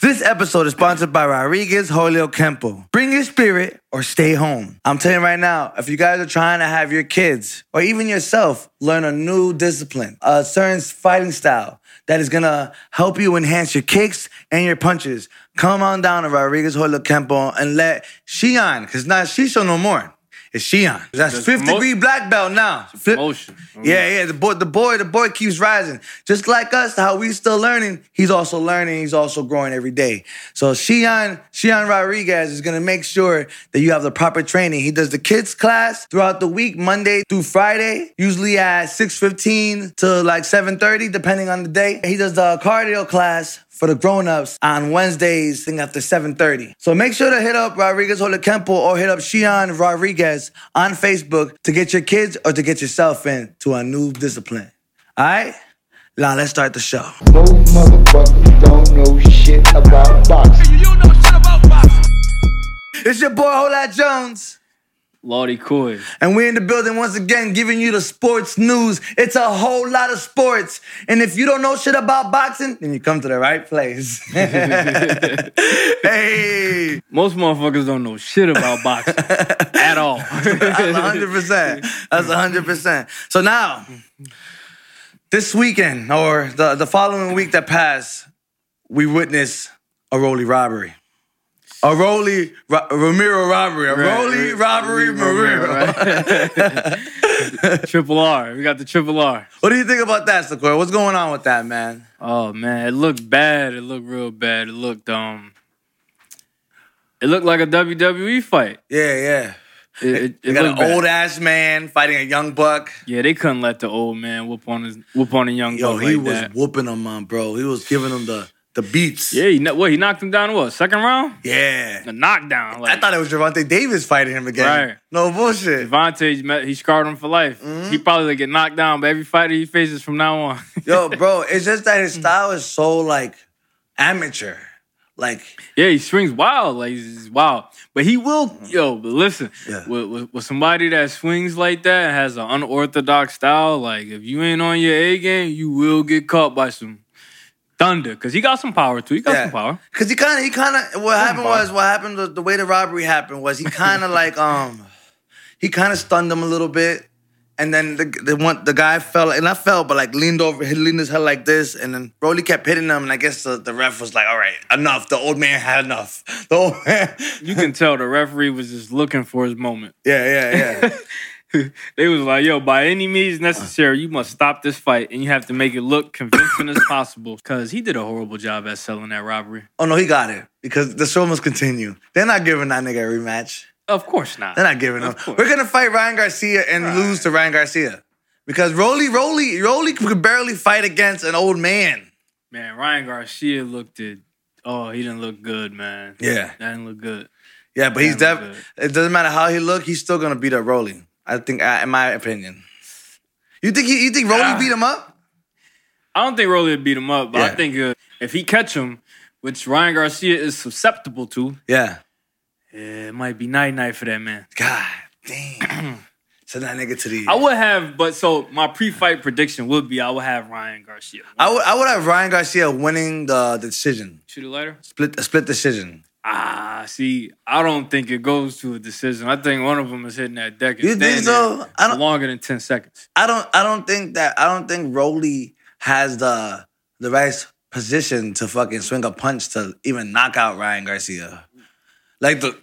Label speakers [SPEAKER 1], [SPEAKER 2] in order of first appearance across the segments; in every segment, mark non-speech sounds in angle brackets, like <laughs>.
[SPEAKER 1] This episode is sponsored by Rodriguez Holio Kempo. Bring your spirit or stay home. I'm telling you right now, if you guys are trying to have your kids or even yourself learn a new discipline, a certain fighting style that is gonna help you enhance your kicks and your punches, come on down to Rodriguez Holio Kempo and let Shion, because not Shisho no more. It's Shion. That's
[SPEAKER 2] That's
[SPEAKER 1] fifth
[SPEAKER 2] mo-
[SPEAKER 1] degree black belt now. Fif-
[SPEAKER 2] Motion.
[SPEAKER 1] yeah, yeah. The boy, the boy, the boy keeps rising. Just like us, how we still learning. He's also learning. He's also growing every day. So Shion, Shion Rodriguez is gonna make sure that you have the proper training. He does the kids class throughout the week, Monday through Friday, usually at 6:15 to like 7:30, depending on the day. He does the cardio class for the grown-ups on Wednesdays, I think after 7:30. So make sure to hit up Rodriguez Holokempo or hit up Shion Rodriguez on Facebook to get your kids or to get yourself into a new discipline. All right? Now let's start the show.
[SPEAKER 3] No motherfuckers don't know shit about boxing.
[SPEAKER 1] It's your boy Holat Jones,
[SPEAKER 2] Lottie Coy.
[SPEAKER 1] and we're in the building once again giving you the sports news. It's a whole lot of sports. And if you don't know shit about boxing, then you come to the right place. <laughs> hey.
[SPEAKER 2] Most motherfuckers don't know shit about
[SPEAKER 1] <laughs>
[SPEAKER 2] boxing at all.
[SPEAKER 1] That's
[SPEAKER 2] <laughs>
[SPEAKER 1] hundred percent. That's hundred percent. So now, this weekend or the, the following week that passed, we witnessed a Roly robbery. A Roly Ro- Ramiro robbery. A Roly robbery Ramiro.
[SPEAKER 2] <laughs> triple R. We got the triple R.
[SPEAKER 1] What do you think about that, Sequoia? What's going on with that, man?
[SPEAKER 2] Oh man, it looked bad. It looked real bad. It looked um. It looked like a WWE fight.
[SPEAKER 1] Yeah, yeah.
[SPEAKER 2] It, it, it
[SPEAKER 1] You got
[SPEAKER 2] looked
[SPEAKER 1] an
[SPEAKER 2] bad.
[SPEAKER 1] old ass man fighting a young buck.
[SPEAKER 2] Yeah, they couldn't let the old man whoop on his whoop on a young
[SPEAKER 1] Yo,
[SPEAKER 2] buck
[SPEAKER 1] he
[SPEAKER 2] like
[SPEAKER 1] was
[SPEAKER 2] that.
[SPEAKER 1] whooping him, on, bro. He was giving him the the beats.
[SPEAKER 2] Yeah, he, kno- what he knocked him down. What second round?
[SPEAKER 1] Yeah.
[SPEAKER 2] A knockdown. Like,
[SPEAKER 1] I thought it was Javante Davis fighting him again.
[SPEAKER 2] Right.
[SPEAKER 1] No bullshit.
[SPEAKER 2] Devontae, met- he scarred him for life.
[SPEAKER 1] Mm-hmm.
[SPEAKER 2] He probably gonna get knocked down, but every fighter he faces from now on. <laughs>
[SPEAKER 1] Yo, bro, <laughs> it's just that his style is so like amateur. Like,
[SPEAKER 2] yeah, he swings wild. Like he's he's wild. But he will yo, but listen,
[SPEAKER 1] Mm-hmm. Yeah.
[SPEAKER 2] with, with, with somebody that swings like that and has an unorthodox style, like if you ain't on your A game, you will get caught by some thunder. Cause he got some power too. He got
[SPEAKER 1] yeah.
[SPEAKER 2] some power.
[SPEAKER 1] Cause he kind of, he kind of. What happened
[SPEAKER 2] power.
[SPEAKER 1] was, what happened was the way the robbery happened was he kind of like, um, he kind of stunned him a little bit, and then the the one the guy fell, and I fell, but like leaned over, he leaned his head like this, and then Broly kept hitting him, and I guess the, the ref was like, all right, enough. The old man had enough. <laughs> The old man.
[SPEAKER 2] You can tell the referee was just looking for his moment.
[SPEAKER 1] yeah, yeah, yeah.
[SPEAKER 2] <laughs> They was like, yo, by any means necessary, you must stop this fight and you have to make it look convincing as possible. Cause he did a horrible job at selling that robbery.
[SPEAKER 1] oh no, he got it because the show must continue. They're not giving that nigga a rematch.
[SPEAKER 2] Of course not.
[SPEAKER 1] They're not giving up.
[SPEAKER 2] Of course.
[SPEAKER 1] We're gonna fight Ryan Garcia and lose to Ryan Garcia because Roly Roly Roly could barely fight against an old man.
[SPEAKER 2] Man, Ryan Garcia looked it. Oh, he didn't look good, man.
[SPEAKER 1] Yeah.
[SPEAKER 2] That didn't look good.
[SPEAKER 1] Yeah, but he's
[SPEAKER 2] That was
[SPEAKER 1] def. It doesn't matter how he look. He's still gonna beat up Roly. I think, I- in my opinion. You think he, you think Roly
[SPEAKER 2] Ah.
[SPEAKER 1] beat him up?
[SPEAKER 2] I don't think Rolly would beat him up, but I
[SPEAKER 1] Yeah.
[SPEAKER 2] think uh, if he catch him, which Ryan Garcia is susceptible to,
[SPEAKER 1] Yeah.
[SPEAKER 2] eh, it might be night night for that man.
[SPEAKER 1] God damn.
[SPEAKER 2] <clears throat>
[SPEAKER 1] Send that nigga to the.
[SPEAKER 2] I would have, but so my pre-fight prediction would be I would have Ryan Garcia.
[SPEAKER 1] I would, I would have Ryan Garcia winning the decision,
[SPEAKER 2] Shoot it later.
[SPEAKER 1] split a split decision.
[SPEAKER 2] Ah, see, I don't think it goes to a decision. I think one of them is hitting that deck. and
[SPEAKER 1] You think
[SPEAKER 2] staying
[SPEAKER 1] so?
[SPEAKER 2] there
[SPEAKER 1] I don't-
[SPEAKER 2] Longer than ten seconds.
[SPEAKER 1] I don't I don't think that I don't think Roly has the the right position to fucking swing a punch to even knock out Ryan Garcia. Like the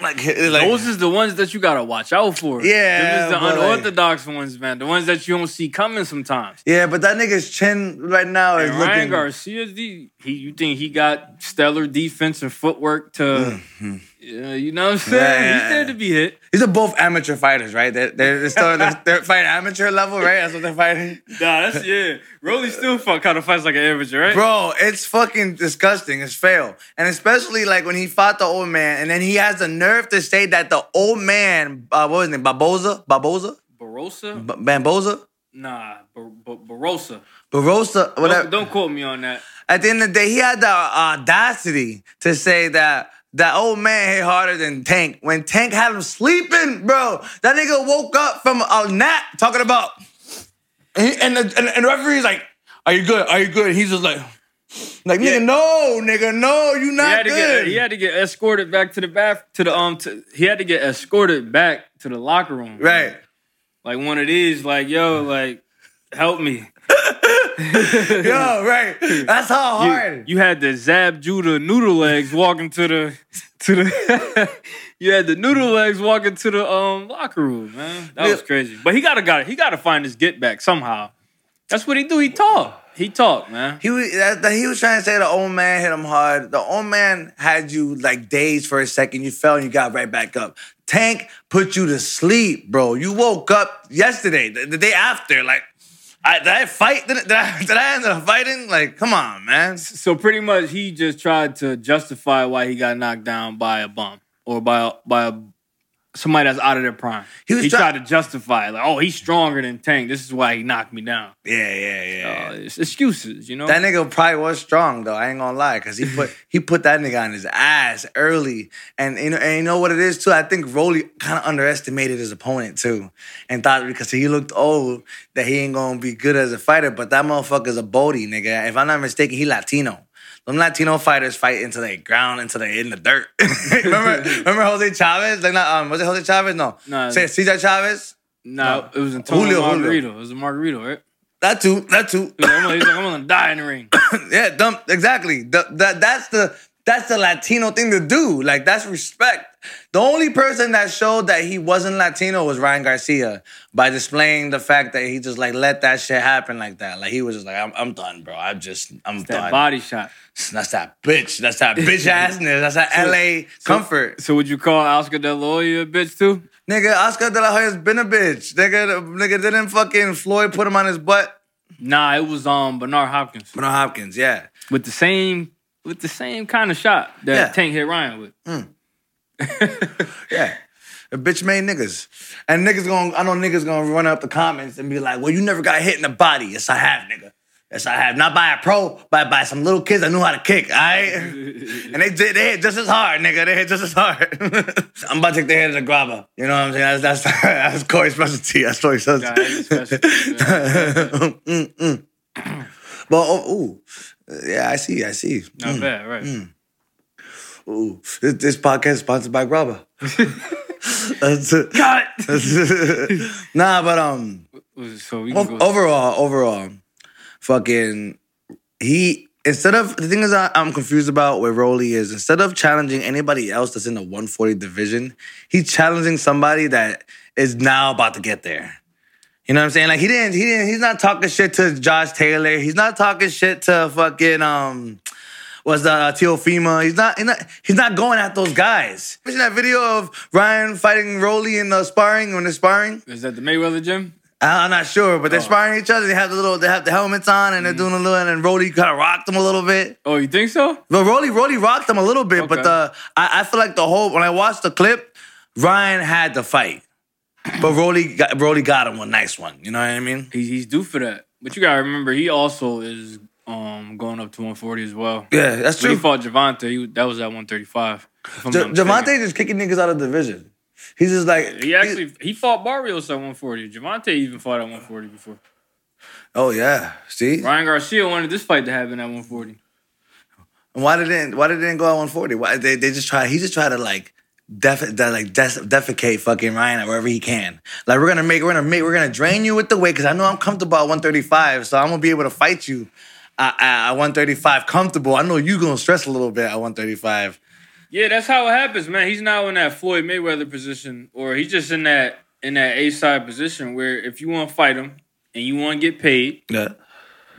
[SPEAKER 1] like h- like
[SPEAKER 2] Those is the ones that you gotta watch out for.
[SPEAKER 1] Yeah,
[SPEAKER 2] Them is the
[SPEAKER 1] but, like-
[SPEAKER 2] unorthodox ones, man. The ones that you don't see coming sometimes.
[SPEAKER 1] yeah, but that nigga's chin right now is
[SPEAKER 2] And
[SPEAKER 1] looking
[SPEAKER 2] Ryan Garcia, the- he you think he got stellar defense and footwork to,
[SPEAKER 1] Mm-hmm.
[SPEAKER 2] uh, you know what I'm saying?
[SPEAKER 1] Yeah, yeah,
[SPEAKER 2] He said
[SPEAKER 1] yeah.
[SPEAKER 2] to be hit.
[SPEAKER 1] These are both amateur fighters, right? They're they're, they're still they're, they're fighting amateur level, right? That's what they're
[SPEAKER 2] <laughs>
[SPEAKER 1] fighting.
[SPEAKER 2] Nah, that's yeah. Rolly still fuck kind of fights like an amateur, right?
[SPEAKER 1] Bro, it's fucking disgusting. It's fail. And especially like when he fought the old man and then he has the nerve to say that the old man uh, what was his name? Barboza? Barboza?
[SPEAKER 2] Barossa?
[SPEAKER 1] B- Bamboza?
[SPEAKER 2] Nah, Bar- Bar- Barossa.
[SPEAKER 1] Barossa, whatever.
[SPEAKER 2] Don't, don't quote me on that.
[SPEAKER 1] At the end of the day, he had the audacity to say that that old man hit harder than Tank when Tank had him sleeping, bro. That nigga woke up from a nap talking about, and he- and the, and, and the referee's like, "Are you good? Are you good?" And he's just like, Like,
[SPEAKER 2] Yeah.
[SPEAKER 1] nigga, no, nigga, no, you
[SPEAKER 2] He
[SPEAKER 1] not
[SPEAKER 2] had to
[SPEAKER 1] good.
[SPEAKER 2] get he had to get escorted back to the bath to the um to, he had to get escorted back to the locker room.
[SPEAKER 1] right.
[SPEAKER 2] Like one of these, like, yo, like, help me.
[SPEAKER 1] <laughs> Yo,
[SPEAKER 2] <laughs>
[SPEAKER 1] right. That's how hard.
[SPEAKER 2] You, you had the Zab Judah noodle legs walking to the to the <laughs> you had the noodle legs walking to the um locker room, man. That was
[SPEAKER 1] Yeah.
[SPEAKER 2] crazy. But he gotta got he gotta find his get back somehow. That's what he do. He talk. He talk, man.
[SPEAKER 1] He was that, that he was trying to say the old man hit him hard. The old man had you like days for a second. You fell and you got right back up. Tank put you to sleep, bro. You woke up yesterday, the, the day after. Like, I, did I fight? Did, I- did I <laughs> did I end up fighting? Like, come on, man.
[SPEAKER 2] So pretty much he just tried to justify why he got knocked down by a bum or by a, by a, somebody that's out of their prime.
[SPEAKER 1] He
[SPEAKER 2] He,
[SPEAKER 1] was try-
[SPEAKER 2] tried to justify it. like, oh, he's stronger than Tank. This is why he knocked me down.
[SPEAKER 1] Yeah, yeah, yeah.
[SPEAKER 2] Uh, it's excuses, you know.
[SPEAKER 1] That nigga probably was strong though. I ain't gonna lie, cause he put he put that nigga on his ass early, and you know and you know what it is too. I think Rolly kind of underestimated his opponent too, and thought because he looked old that he ain't gonna be good as a fighter. But that motherfucker's a Bodie nigga. If I'm not mistaken, he Latino. Them Latino fighters fight into the ground, into the in the dirt. <laughs> remember, remember Jose Chavez? Like not um, was it Jose Chavez? No,
[SPEAKER 2] No.
[SPEAKER 1] C- Cesar Chavez.
[SPEAKER 2] no, it was
[SPEAKER 1] Julio, Julio.
[SPEAKER 2] Antonio Margarito. It was a Margarito, right?
[SPEAKER 1] That too. That too.
[SPEAKER 2] He's like, I'm gonna, he's like, I'm gonna die in
[SPEAKER 1] <laughs>
[SPEAKER 2] the ring.
[SPEAKER 1] yeah, dumb. Exactly. Th- that that's the that's the Latino thing to do. Like that's respect. The only person that showed that he wasn't Latino was Ryan Garcia by displaying the fact that he just like let that shit happen like that. Like he was just like, I'm, I'm done, bro. I'm just I'm
[SPEAKER 2] That
[SPEAKER 1] done.
[SPEAKER 2] body shot.
[SPEAKER 1] That's that bitch. That's that bitch assness. That's that LA comfort.
[SPEAKER 2] So would you call Oscar De La Hoya a bitch too?
[SPEAKER 1] Nigga, Oscar De La Hoya's been a bitch. Nigga, the- nigga didn't fucking Floyd put him on his butt.
[SPEAKER 2] Nah, it was um Bernard Hopkins
[SPEAKER 1] Bernard Hopkins, yeah.
[SPEAKER 2] with the same with the same kind of shot that
[SPEAKER 1] Yeah.
[SPEAKER 2] Tank hit Ryan with.
[SPEAKER 1] Yeah. The bitch made niggas. And niggas gonna, I know niggas gonna run up the comments and be like, well, you never got hit in the body. Yes, I have, nigga. Yes, I have. Not by a pro, but by some little kids that knew how to kick, all right? and they did, they hit just as hard, nigga. They hit just as hard. <laughs> I'm about to take the head of the grabber. You know what I'm saying? That's, that's, <laughs> that's Corey's specialty. That's Corey's
[SPEAKER 2] Nah,
[SPEAKER 1] specialty.
[SPEAKER 2] it's special.
[SPEAKER 1] <laughs> Mm, mm. But, oh, ooh. Yeah, I see, I see.
[SPEAKER 2] Not bad, right?
[SPEAKER 1] Ooh. This, this podcast is sponsored by Grabber. <laughs> That's it.
[SPEAKER 2] Cut.
[SPEAKER 1] <laughs> nah, but um,
[SPEAKER 2] So we can
[SPEAKER 1] ov-
[SPEAKER 2] go.
[SPEAKER 1] overall, overall, fucking, he instead of the thing is I, I'm confused about where Rolly is. Instead of challenging anybody else that's in the 140 division, he's challenging somebody that is now about to get there. You know what I'm saying? Like he didn't, he didn't, he's not talking shit to Josh Taylor. He's not talking shit to fucking um was the Teofima. He's not, he's not he's not going at those guys. Imagine that video of Ryan fighting Rolly in the sparring when they're sparring.
[SPEAKER 2] Is that the Mayweather gym?
[SPEAKER 1] I- I'm not sure, but they're
[SPEAKER 2] Oh.
[SPEAKER 1] sparring each other. They have the little, they have the helmets on, and
[SPEAKER 2] Mm.
[SPEAKER 1] they're doing a little. And then Rolly kind of rocked them a little bit.
[SPEAKER 2] Oh, you think so?
[SPEAKER 1] But Rolly, Rolly rocked them a little bit. But
[SPEAKER 2] Okay.
[SPEAKER 1] the, I, I feel like the whole when I watched the clip, Ryan had the fight, but Rolly, got, Rolly got him one nice one. You know what I mean?
[SPEAKER 2] He, he's due for that. But you gotta remember, he also is um going up to 140 as well.
[SPEAKER 1] Yeah, that's
[SPEAKER 2] When
[SPEAKER 1] true.
[SPEAKER 2] he fought Javante, he, that was at 135. if I'm
[SPEAKER 1] J-
[SPEAKER 2] not mistaken.
[SPEAKER 1] Javante just kicking niggas out of the division. He's just like
[SPEAKER 2] He actually he fought Barrios at 140. Javante even fought at 140 before.
[SPEAKER 1] Oh yeah, see.
[SPEAKER 2] Ryan Garcia wanted this fight to happen at 140.
[SPEAKER 1] And Why did it? Why did it didn't go at 140? Why they they just try? He just tried to like. Def, that, like des- defecate fucking Ryan at wherever he can. Like we're gonna make, we're gonna make, we're gonna drain you with the weight because I know I'm comfortable at 135, so I'm gonna be able to fight you at, at, at 135 comfortable. I know you gonna stress a little bit at 135.
[SPEAKER 2] Yeah, that's how it happens, man. He's now in that Floyd Mayweather position, or he's just in that in that A side position where if you want to fight him and you want to get paid,
[SPEAKER 1] Yeah,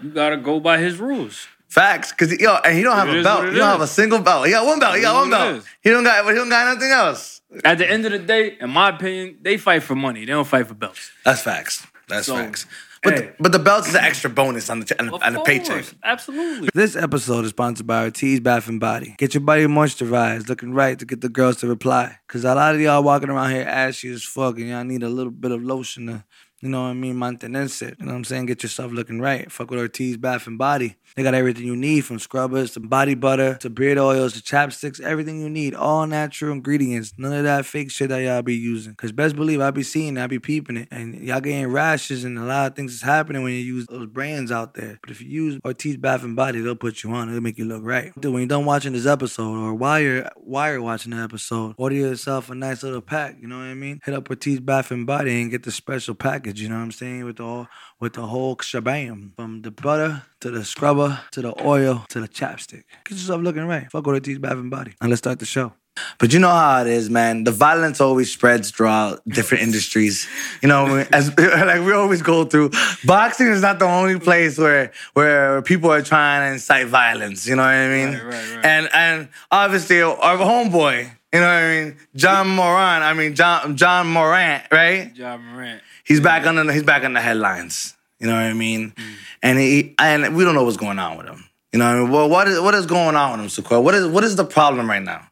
[SPEAKER 2] you gotta go by his rules.
[SPEAKER 1] facts. Cause yo, and he don't have
[SPEAKER 2] It
[SPEAKER 1] a
[SPEAKER 2] is
[SPEAKER 1] belt.
[SPEAKER 2] what
[SPEAKER 1] He
[SPEAKER 2] it
[SPEAKER 1] don't have a
[SPEAKER 2] is.
[SPEAKER 1] single belt. He got one belt. He
[SPEAKER 2] It
[SPEAKER 1] got
[SPEAKER 2] is
[SPEAKER 1] one
[SPEAKER 2] what it
[SPEAKER 1] belt.
[SPEAKER 2] is.
[SPEAKER 1] He don't got. He don't got nothing else.
[SPEAKER 2] At the end of the day, in my opinion, they fight for money. They don't fight for belts.
[SPEAKER 1] That's facts. That's
[SPEAKER 2] So,
[SPEAKER 1] facts. But
[SPEAKER 2] hey.
[SPEAKER 1] the, but the belt is an extra bonus on the t- on the, on the
[SPEAKER 2] Of
[SPEAKER 1] paycheck.
[SPEAKER 2] course, Absolutely.
[SPEAKER 1] This episode is sponsored by Ortiz Bath and Body. Get your body moisturized, looking right to get the girls to reply. Cause a lot of y'all walking around here ashy as fuck, and y'all need a little bit of lotion to You know what I mean? Mantenerse. You know what I'm saying? Get yourself looking right. Fuck with Ortiz Bath and Body. They got everything you need from scrubbers to body butter to beard oils to chapsticks, everything you need. All natural ingredients. None of that fake shit that y'all be using. Because best believe I be seeing, it, I be peeping it. And y'all getting rashes and a lot of things is happening when you use those brands out there. But if you use Ortiz Bath and Body, they'll put you on. It'll make you look right. Dude, when you're done watching this episode or while you're, while you're watching the episode, order yourself a nice little pack. You know what I mean? Hit up Ortiz Bath and Body and get the special package. You know what I'm saying? With the all, with the whole shabam, from the butter to the scrubber to the oil to the chapstick. Get yourself looking right. Fuck with Ortiz Bath and Body. And let's start the show. But you know how it is, man. The violence always spreads throughout different industries. You
[SPEAKER 2] <laughs>
[SPEAKER 1] know, as <laughs> like we always go through. Boxing is not the only place where where people are trying to incite violence. You know what I mean?
[SPEAKER 2] Right, right, right.
[SPEAKER 1] And and obviously our homeboy. You know what I mean? John Moran. I mean John John Morant, right?
[SPEAKER 2] John Morant.
[SPEAKER 1] He's back on the he's back on the headlines. You know what I mean?
[SPEAKER 2] Mm.
[SPEAKER 1] And he and we don't know what's going on with him. You know what I mean? Well, what is what is going on with him, Sequoia? What is what is the problem right now?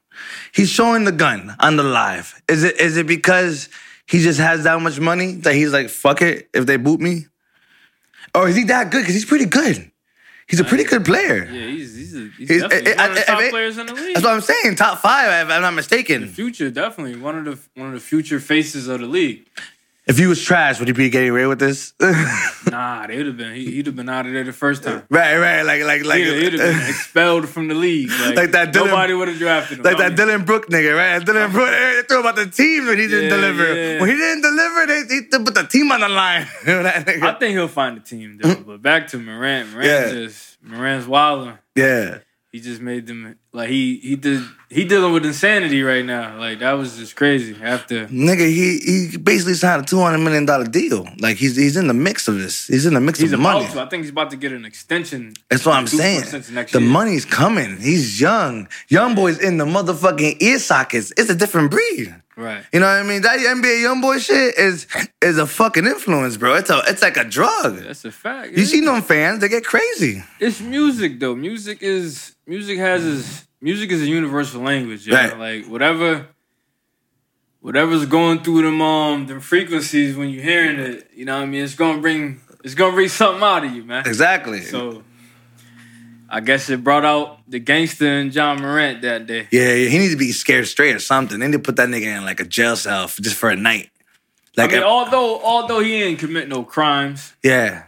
[SPEAKER 1] He's showing the gun on the live. Is it is it because he just has that much money that he's like, fuck it, if they boot me? Or is he that good? Because he's pretty good. He's a pretty good player.
[SPEAKER 2] Yeah, he's he's, a, he's
[SPEAKER 1] He's-
[SPEAKER 2] definitely
[SPEAKER 1] I-
[SPEAKER 2] one of the
[SPEAKER 1] I-
[SPEAKER 2] top
[SPEAKER 1] I-
[SPEAKER 2] players in the league.
[SPEAKER 1] That's what I'm saying. Top five, if I'm not mistaken.
[SPEAKER 2] Future, definitely one of the one of the future faces of the league.
[SPEAKER 1] If he was trash, would he be getting away with
[SPEAKER 2] <laughs>
[SPEAKER 1] this? <laughs> right,
[SPEAKER 2] Nah, they would have been. He, he'd have been out of there the first time.
[SPEAKER 1] right. Like, like, like.
[SPEAKER 2] Yeah, he'd
[SPEAKER 1] <laughs>
[SPEAKER 2] have been expelled from the league. Like,
[SPEAKER 1] Like that Dylan-
[SPEAKER 2] Nobody would have drafted him.
[SPEAKER 1] Like
[SPEAKER 2] I
[SPEAKER 1] that
[SPEAKER 2] mean,
[SPEAKER 1] Dylan Brook nigga, right? That Dylan Brook, they threw about the team when he didn't
[SPEAKER 2] Yeah,
[SPEAKER 1] deliver.
[SPEAKER 2] yeah.
[SPEAKER 1] When he didn't deliver, they, they put the team on the line. <laughs> You know that nigga?
[SPEAKER 2] I think he'll find a team though. But back to Morant. Morant
[SPEAKER 1] Yeah.
[SPEAKER 2] just Morant's wilding.
[SPEAKER 1] yeah.
[SPEAKER 2] He just made them like he he did he dealing with insanity right now. Like that was just crazy. After
[SPEAKER 1] Nigga, he he basically signed a two hundred million dollar deal. Like he's he's in the mix of this. He's in the mix
[SPEAKER 2] he's
[SPEAKER 1] of
[SPEAKER 2] about
[SPEAKER 1] money.
[SPEAKER 2] to, I think he's about to get an extension.
[SPEAKER 1] That's what I'm
[SPEAKER 2] Two
[SPEAKER 1] saying.
[SPEAKER 2] percent next
[SPEAKER 1] The
[SPEAKER 2] year.
[SPEAKER 1] money's coming. He's young. Young boy's in the motherfucking ear sockets. It's a different breed.
[SPEAKER 2] Right.
[SPEAKER 1] You know what I mean? That NBA young boy shit is is a fucking influence, bro. It's a it's like a drug.
[SPEAKER 2] That's a fact.
[SPEAKER 1] You
[SPEAKER 2] yeah.
[SPEAKER 1] see them fans, they get crazy.
[SPEAKER 2] it's music though. Music is music has is music is a universal language. Yeah,
[SPEAKER 1] Right.
[SPEAKER 2] like whatever, whatever's going through them um them frequencies when you're hearing it, you know what I mean. It's gonna bring it's gonna bring something out of you, man.
[SPEAKER 1] Exactly.
[SPEAKER 2] So I guess it brought out the gangster in John Morant that day.
[SPEAKER 1] Yeah, yeah, he needs to be scared straight or something. They need to put that nigga in like a jail cell for, just for a night.
[SPEAKER 2] I
[SPEAKER 1] Like,
[SPEAKER 2] mean, although although he ain't commit no crimes,
[SPEAKER 1] yeah.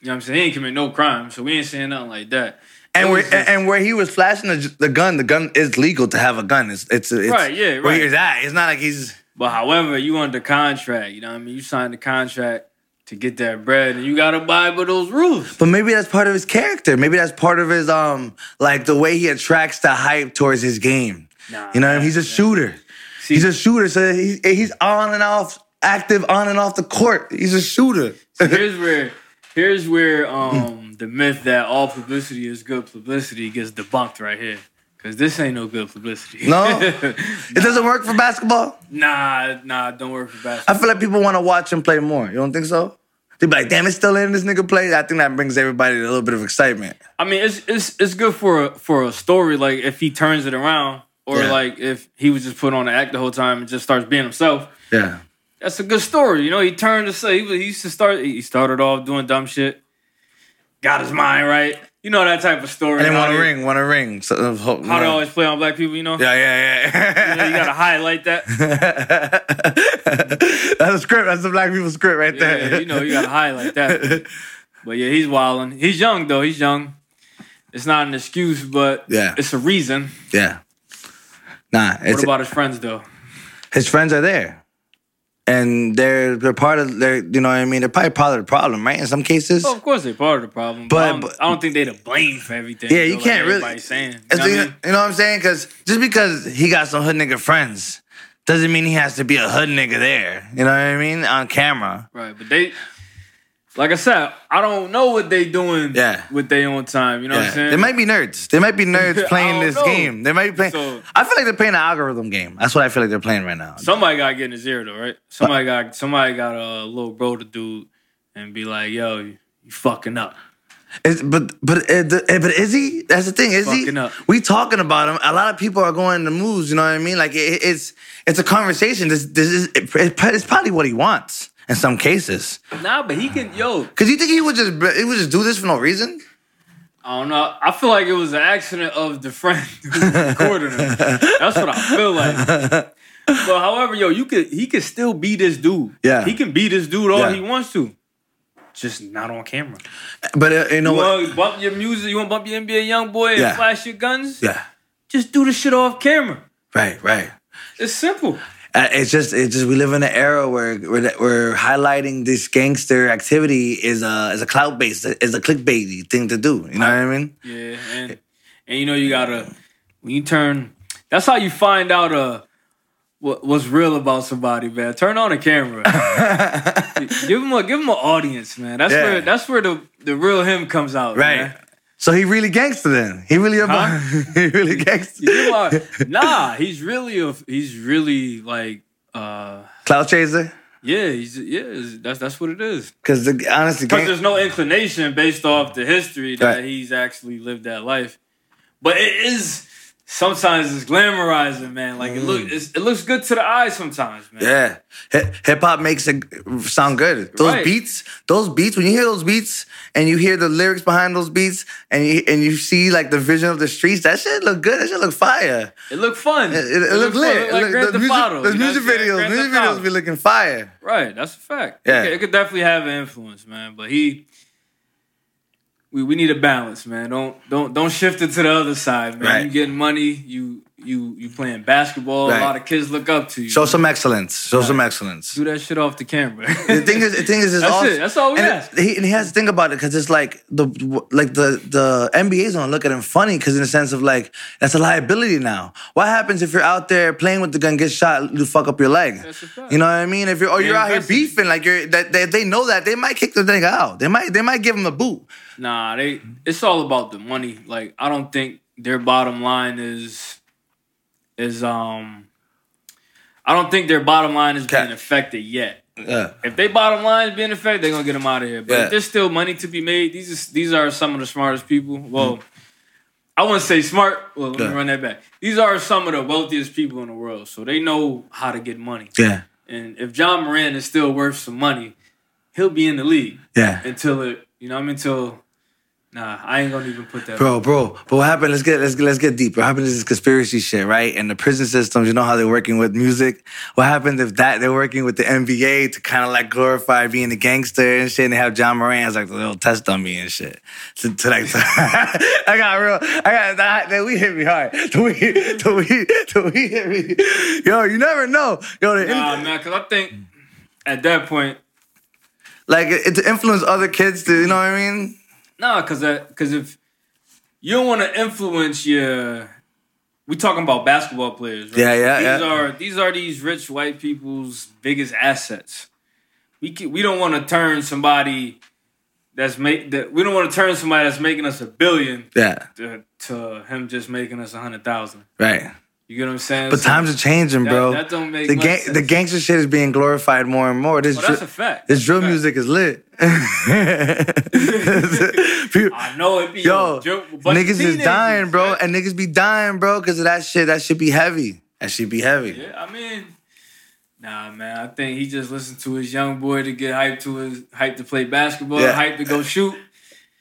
[SPEAKER 2] you know what I'm saying? He ain't commit no crimes, so we ain't saying nothing like that.
[SPEAKER 1] And
[SPEAKER 2] It
[SPEAKER 1] where
[SPEAKER 2] was just-
[SPEAKER 1] and, and where he was flashing the, the gun, the gun is legal to have a gun. It's it's, it's
[SPEAKER 2] Right, yeah,
[SPEAKER 1] Where
[SPEAKER 2] right.
[SPEAKER 1] he's at, it's not like he's
[SPEAKER 2] But however, you under contract, you know what I mean? You signed the contract to get that bread and you gotta abide by those rules.
[SPEAKER 1] But maybe that's part of his character. Maybe that's part of his um like the way he attracts the hype towards his game.
[SPEAKER 2] Nah,
[SPEAKER 1] you know, what I mean? he's a shooter.
[SPEAKER 2] See,
[SPEAKER 1] He's a shooter, so he's he's on and off, active on and off the court. He's a shooter. <laughs>
[SPEAKER 2] here's where here's where um the myth that all publicity is good publicity gets debunked right here. Cause this ain't no good publicity.
[SPEAKER 1] No. It doesn't work for basketball.
[SPEAKER 2] <laughs> nah, nah, don't work for
[SPEAKER 1] I
[SPEAKER 2] basketball.
[SPEAKER 1] feel like people want to watch him play more. You don't think so? They be like, damn, it's still in this nigga play. I think that brings everybody to a little bit of excitement.
[SPEAKER 2] I mean it's it's it's good for a for a story, like if he turns it around, or
[SPEAKER 1] Yeah.
[SPEAKER 2] like if he was just put on the act the whole time and just starts being himself.
[SPEAKER 1] Yeah.
[SPEAKER 2] that's a good story. You know, he turned to say he, was, he used to start. He started off doing dumb shit, got his mind right. You know that type of story.
[SPEAKER 1] And then
[SPEAKER 2] how
[SPEAKER 1] want a
[SPEAKER 2] they-
[SPEAKER 1] ring, want a ring. So, uh, ho-
[SPEAKER 2] How
[SPEAKER 1] yeah.
[SPEAKER 2] they always play on black people. You know,
[SPEAKER 1] yeah, yeah, yeah.
[SPEAKER 2] You know, you gotta highlight
[SPEAKER 1] <laughs>
[SPEAKER 2] that. <laughs>
[SPEAKER 1] That's a script. That's the black people script right there.
[SPEAKER 2] Yeah, you know, you gotta highlight that. But yeah, he's wilding. He's young though. He's young. It's not an excuse, but
[SPEAKER 1] Yeah.
[SPEAKER 2] it's a reason.
[SPEAKER 1] <laughs> Yeah. Nah,
[SPEAKER 2] What
[SPEAKER 1] it's,
[SPEAKER 2] about his friends though?
[SPEAKER 1] his friends are there. And they're they're part of their you know what I mean they're probably part of the problem right in some cases
[SPEAKER 2] Well, of course they're part of the problem.
[SPEAKER 1] But-
[SPEAKER 2] But I don't,
[SPEAKER 1] but-
[SPEAKER 2] I don't think they're to blame for everything.
[SPEAKER 1] Yeah, you
[SPEAKER 2] know, like
[SPEAKER 1] can't really-
[SPEAKER 2] everybody's saying. You
[SPEAKER 1] It's-
[SPEAKER 2] know what I
[SPEAKER 1] you,
[SPEAKER 2] mean?
[SPEAKER 1] know, what I'm saying? Because just because he got some hood nigga friends doesn't mean he has to be a hood nigga there. You know what I mean? On camera.
[SPEAKER 2] Right, but they, like I said, I don't know what they doing
[SPEAKER 1] Yeah.
[SPEAKER 2] with their own time. You know what I'm
[SPEAKER 1] Yeah.
[SPEAKER 2] saying?
[SPEAKER 1] They might be nerds. They
[SPEAKER 2] <laughs>
[SPEAKER 1] might be nerds
[SPEAKER 2] I
[SPEAKER 1] playing
[SPEAKER 2] don't
[SPEAKER 1] this
[SPEAKER 2] know.
[SPEAKER 1] game. They might be playing.
[SPEAKER 2] So-
[SPEAKER 1] I feel like they're playing an algorithm game. That's what I feel like they're playing right now.
[SPEAKER 2] somebody got to get in his ear though, right? Somebody got somebody got a little bro to do and be like, "Yo, you, you fucking up."
[SPEAKER 1] Is, but but uh, the- uh, but is he? That's the thing. Is he?
[SPEAKER 2] Fucking up.
[SPEAKER 1] We talking about him. A lot of people are going into moves. You know what I mean? Like it, it's it's a conversation. This this is it, it's probably what he wants. in some cases.
[SPEAKER 2] Nah, but he can. Yo,
[SPEAKER 1] Cause you think he would just he would just do this for no reason?
[SPEAKER 2] I don't know. I feel like it was an accident of the friend <laughs> who was recording him. That's what I feel like. But however, yo, you could he could still be this dude.
[SPEAKER 1] Yeah.
[SPEAKER 2] he can be this dude all
[SPEAKER 1] Yeah.
[SPEAKER 2] he wants to. Just not on camera.
[SPEAKER 1] But uh, you know
[SPEAKER 2] You
[SPEAKER 1] what?
[SPEAKER 2] want to bump your music? You want to bump your NBA young boy and
[SPEAKER 1] Yeah.
[SPEAKER 2] flash your guns?
[SPEAKER 1] Yeah.
[SPEAKER 2] Just do the shit off camera.
[SPEAKER 1] Right. Right.
[SPEAKER 2] It's simple.
[SPEAKER 1] Uh, It's just, it's just, we live in an era where where, that- where highlighting this gangster activity is a is a cloud based, is a clickbaity thing to do. You know what I
[SPEAKER 2] <laughs>
[SPEAKER 1] mean?
[SPEAKER 2] Yeah, and and you know you gotta when you turn. That's how you find out uh what what's real about somebody, man. Turn on the camera. give him a give him an audience, man. That's
[SPEAKER 1] Yeah.
[SPEAKER 2] where that's where the the real him comes out,
[SPEAKER 1] Right.
[SPEAKER 2] man.
[SPEAKER 1] So he really gangster then. He really about, <laughs> he really
[SPEAKER 2] You
[SPEAKER 1] gangster.
[SPEAKER 2] are-
[SPEAKER 1] <laughs>
[SPEAKER 2] nah, he's really a he's really like uh
[SPEAKER 1] Cloud chaser.
[SPEAKER 2] yeah he's yeah that's that's what it is
[SPEAKER 1] Because the, honestly,
[SPEAKER 2] because
[SPEAKER 1] gang-
[SPEAKER 2] there's no inclination based off the history that
[SPEAKER 1] Right.
[SPEAKER 2] he's actually lived that life. But it is sometimes it's glamorizing, man. Like it look it's, it looks good to the eye sometimes, man.
[SPEAKER 1] Mm. yeah, hip hop makes it sound good. Those
[SPEAKER 2] Right.
[SPEAKER 1] beats, those beats. When you hear those beats and you hear the lyrics behind those beats, and you and you see like the vision of the streets, that shit look good. That shit look fire.
[SPEAKER 2] It look fun.
[SPEAKER 1] It, it, look
[SPEAKER 2] fun.
[SPEAKER 1] lit.
[SPEAKER 2] like
[SPEAKER 1] Look-
[SPEAKER 2] Grand
[SPEAKER 1] the
[SPEAKER 2] Theft
[SPEAKER 1] music,
[SPEAKER 2] Auto,
[SPEAKER 1] the
[SPEAKER 2] you know
[SPEAKER 1] music
[SPEAKER 2] what I'm saying?
[SPEAKER 1] videos,
[SPEAKER 2] Grand
[SPEAKER 1] music
[SPEAKER 2] Theft Auto.
[SPEAKER 1] videos be looking fire.
[SPEAKER 2] Right, that's a fact.
[SPEAKER 1] Yeah.
[SPEAKER 2] Yeah, it could definitely have an influence, man. But he, we we need a balance, man. Don't don't don't shift it to the other side, man.
[SPEAKER 1] Right.
[SPEAKER 2] You getting money, you you you playing basketball.
[SPEAKER 1] Right.
[SPEAKER 2] A lot of kids look up to you.
[SPEAKER 1] Show some excellence. Show some excellence.
[SPEAKER 2] do that shit off the camera.
[SPEAKER 1] The thing is, the thing
[SPEAKER 2] <laughs>
[SPEAKER 1] is, it's
[SPEAKER 2] That's
[SPEAKER 1] also,
[SPEAKER 2] it. That's all we
[SPEAKER 1] and
[SPEAKER 2] ask.
[SPEAKER 1] it- he, and he has to think about it because it's like the like the the NBA's gonna look at him funny because in the sense of like that's a liability now. What happens if you're out there playing with the gun, get shot, you fuck up your leg?
[SPEAKER 2] That's a fact.
[SPEAKER 1] You know what I mean? If you're or you're out here
[SPEAKER 2] invested.
[SPEAKER 1] beefing, like you're that they, they know that they might kick the nigga out. They might they might give him a boot.
[SPEAKER 2] Nah, they it's all about the money. Like I don't think their bottom line is is um I don't think their bottom line is being
[SPEAKER 1] Okay.
[SPEAKER 2] affected yet.
[SPEAKER 1] Yeah.
[SPEAKER 2] If they bottom line is being affected, they're gonna get them out of here. But
[SPEAKER 1] Yeah.
[SPEAKER 2] if there's still money to be made, these are, these are some of the smartest people. Well, I wouldn't say smart. Well, let
[SPEAKER 1] Yeah.
[SPEAKER 2] me run that back. These are some of the wealthiest people in the world, so they know how to get money.
[SPEAKER 1] Yeah.
[SPEAKER 2] And if John Moran is still worth some money, he'll be in the league
[SPEAKER 1] Yeah.
[SPEAKER 2] until it, you know, what I mean, until nah, I ain't gonna even put that.
[SPEAKER 1] Bro, bro, but what happened? Let's get let's get let's get deeper. What happened is this conspiracy shit, right? And the prison systems. You know how they're working with music. What happens if that they're working with the NBA to kind of like glorify being a gangster and shit? And they have John Moran as like the little test dummy and shit. To, to like, <laughs> I got real. I got that. that we hit me hard. <laughs> The we, the we, the we hit me. Yo, you never know. Yo, the,
[SPEAKER 2] Nah, man, because I think at that point,
[SPEAKER 1] like it, to influence other kids. To, you know what I mean?
[SPEAKER 2] nah, because because if you don't want to influence your, we talking about basketball players, right?
[SPEAKER 1] Yeah, yeah,
[SPEAKER 2] These
[SPEAKER 1] yeah.
[SPEAKER 2] are these are these rich white people's biggest assets. We can, we don't want to turn somebody that's make that we don't want to turn somebody that's making us a billion
[SPEAKER 1] Yeah.
[SPEAKER 2] to, to him just making us a hundred thousand.
[SPEAKER 1] Right.
[SPEAKER 2] You get what I'm saying?
[SPEAKER 1] But
[SPEAKER 2] So-
[SPEAKER 1] times are changing,
[SPEAKER 2] That-
[SPEAKER 1] bro.
[SPEAKER 2] that don't make
[SPEAKER 1] the
[SPEAKER 2] much sense.
[SPEAKER 1] the gangster shit is being glorified more and more. This
[SPEAKER 2] Well, Oh, that's
[SPEAKER 1] dri-
[SPEAKER 2] a fact.
[SPEAKER 1] this drill
[SPEAKER 2] Fact.
[SPEAKER 1] music is lit. <laughs> People-
[SPEAKER 2] I know it be
[SPEAKER 1] Yo,
[SPEAKER 2] joke, but
[SPEAKER 1] niggas is
[SPEAKER 2] teenagers,
[SPEAKER 1] dying, bro,
[SPEAKER 2] man.
[SPEAKER 1] and niggas be dying, bro, because of that shit. That should be heavy. That should be heavy.
[SPEAKER 2] Yeah, I mean, nah, man. I think he just listened to his young boy to get hyped to his hype to play basketball,
[SPEAKER 1] Yeah.
[SPEAKER 2] hype to go shoot.
[SPEAKER 1] <laughs>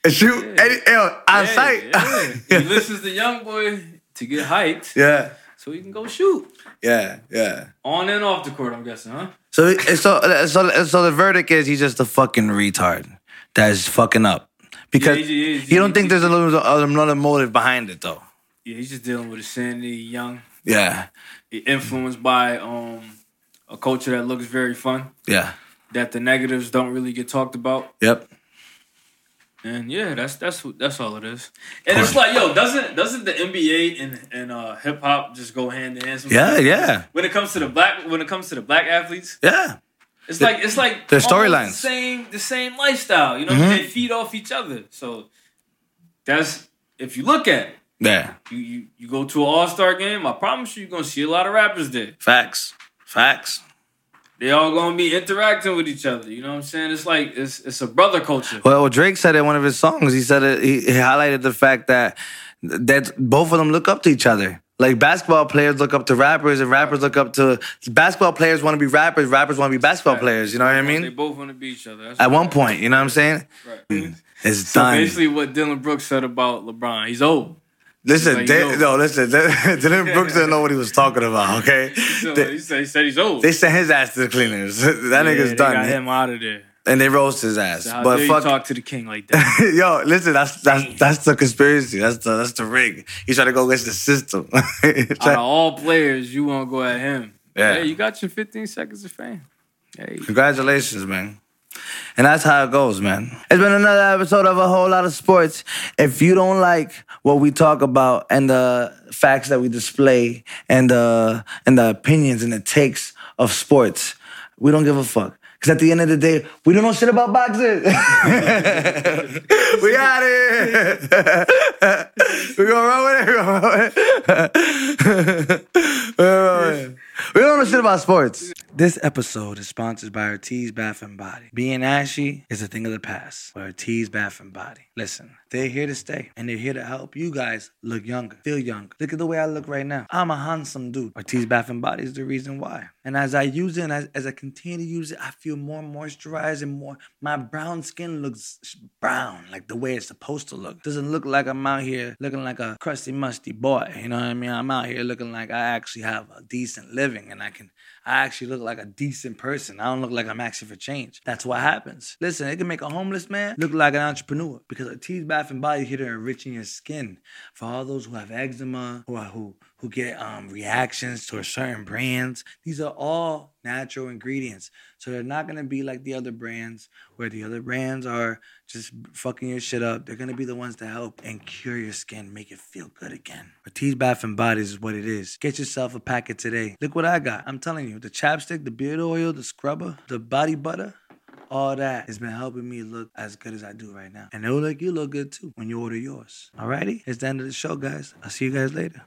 [SPEAKER 1] And shoot, any, yo, on
[SPEAKER 2] Yeah,
[SPEAKER 1] sight.
[SPEAKER 2] yeah.
[SPEAKER 1] <laughs> Yeah.
[SPEAKER 2] he listens to young boy to get hyped
[SPEAKER 1] yeah,
[SPEAKER 2] so he can go shoot
[SPEAKER 1] yeah, yeah.
[SPEAKER 2] on and off the court. I'm guessing, huh?
[SPEAKER 1] So, it's so, uh, so, so the verdict is he's just a fucking retard that's fucking up because
[SPEAKER 2] Yeah, he- he- he-
[SPEAKER 1] you don't think there's a little, another motive behind it though.
[SPEAKER 2] Yeah, he's just dealing with insanity. Young,
[SPEAKER 1] Yeah,
[SPEAKER 2] influenced by um a culture that looks very fun.
[SPEAKER 1] yeah,
[SPEAKER 2] That the negatives don't really get talked about.
[SPEAKER 1] yep.
[SPEAKER 2] And yeah, that's that's what- that's all it is. And it's like, yo, doesn't doesn't the NBA and and uh, hip hop just go hand in hand?
[SPEAKER 1] Yeah,
[SPEAKER 2] sometimes?
[SPEAKER 1] yeah,
[SPEAKER 2] When it comes to the black, when it comes to the black athletes,
[SPEAKER 1] yeah.
[SPEAKER 2] it's like it's like
[SPEAKER 1] Their
[SPEAKER 2] almost
[SPEAKER 1] storylines. Mm-hmm.
[SPEAKER 2] the same the same lifestyle. You know, they feed off each other. So that's if you look at it,
[SPEAKER 1] Yeah.
[SPEAKER 2] you you, you go to an All Star game. I promise you, you're gonna see a lot of rappers there.
[SPEAKER 1] Facts. Facts.
[SPEAKER 2] They all gonna be interacting with each other. You know what I'm saying? It's like it's it's a brother culture.
[SPEAKER 1] Well, Drake said in one of his songs, he said it, he, he highlighted the fact that that both of them look up to each other. Like basketball players look up to rappers, and rappers look up to basketball players. Want to be rappers, rappers want to be basketball players. You know what I
[SPEAKER 2] They
[SPEAKER 1] mean?
[SPEAKER 2] both want to be each other. That's
[SPEAKER 1] At one point, you know what I'm saying?
[SPEAKER 2] Right.
[SPEAKER 1] It's
[SPEAKER 2] So
[SPEAKER 1] done.
[SPEAKER 2] basically, what Dylan Brooks said about LeBron, he's old.
[SPEAKER 1] Listen,
[SPEAKER 2] like,
[SPEAKER 1] they,
[SPEAKER 2] yo.
[SPEAKER 1] no, listen. They, <laughs> Dylan Brooks didn't know what he was talking about. Okay,
[SPEAKER 2] So
[SPEAKER 1] they,
[SPEAKER 2] he, said, he said he's old.
[SPEAKER 1] they sent his ass to the cleaners. <laughs> that
[SPEAKER 2] Yeah,
[SPEAKER 1] nigga's
[SPEAKER 2] they
[SPEAKER 1] done,
[SPEAKER 2] Got him out of there.
[SPEAKER 1] and they roast his ass.
[SPEAKER 2] So how
[SPEAKER 1] but
[SPEAKER 2] dare
[SPEAKER 1] fuck,
[SPEAKER 2] you talk to the king like
[SPEAKER 1] <laughs>
[SPEAKER 2] that?
[SPEAKER 1] Yo, listen, that's that's that's the conspiracy. That's the that's the rig. He's trying to go against the system. <laughs>
[SPEAKER 2] out of all players, you want to go at him.
[SPEAKER 1] Yeah.
[SPEAKER 2] Hey, you got your 15 seconds of fame. Hey,
[SPEAKER 1] Congratulations, man. And that's how it goes, man. It's been another episode of a whole lot of sports. If you don't like what we talk about and the facts that we display and the and the opinions and the takes of sports, we don't give a fuck. Cause at the end of the day, we don't know shit about boxing. <laughs> we out here. <laughs> we gonna roll with it. We gonna roll with it. <laughs> we gonna roll with it. We don't know shit about sports. This episode is sponsored by Ortiz Bath and Body. Being ashy is a thing of the past. But Ortiz Bath and Body. Listen, they're here to stay, and they're here to help you guys look younger, feel younger. Look at the way I look right now. I'm a handsome dude. Ortiz Bath and Body is the reason why. And as I use it, and as, as I continue to use it, I feel more moisturized and more. My brown skin looks sh- brown, like the way it's supposed to look. Doesn't look like I'm out here looking like a crusty, musty boy. You know what I mean? I'm out here looking like I actually have a decent living, and I can. I actually look like a decent person. I don't look like I'm asking for change. That's what happens. Listen, it can make a homeless man look like an entrepreneur because a tease bath and body here to enriching your skin for all those who have eczema who are, who who get um, reactions to certain brands. These are all natural ingredients, so they're not gonna be like the other brands where the other brands are just fucking your shit up. They're gonna be the ones to help and cure your skin, make it feel good again. Ortiz Bath and Bodies is what it is. Get yourself a packet today. Look what I got. I'm telling you, the chapstick, the beard oil, the scrubber, the body butter. All that has been helping me look as good as I do right now. And it'll look you look good too when you order yours. Alrighty? It's the end of the show, guys. I'll see you guys later.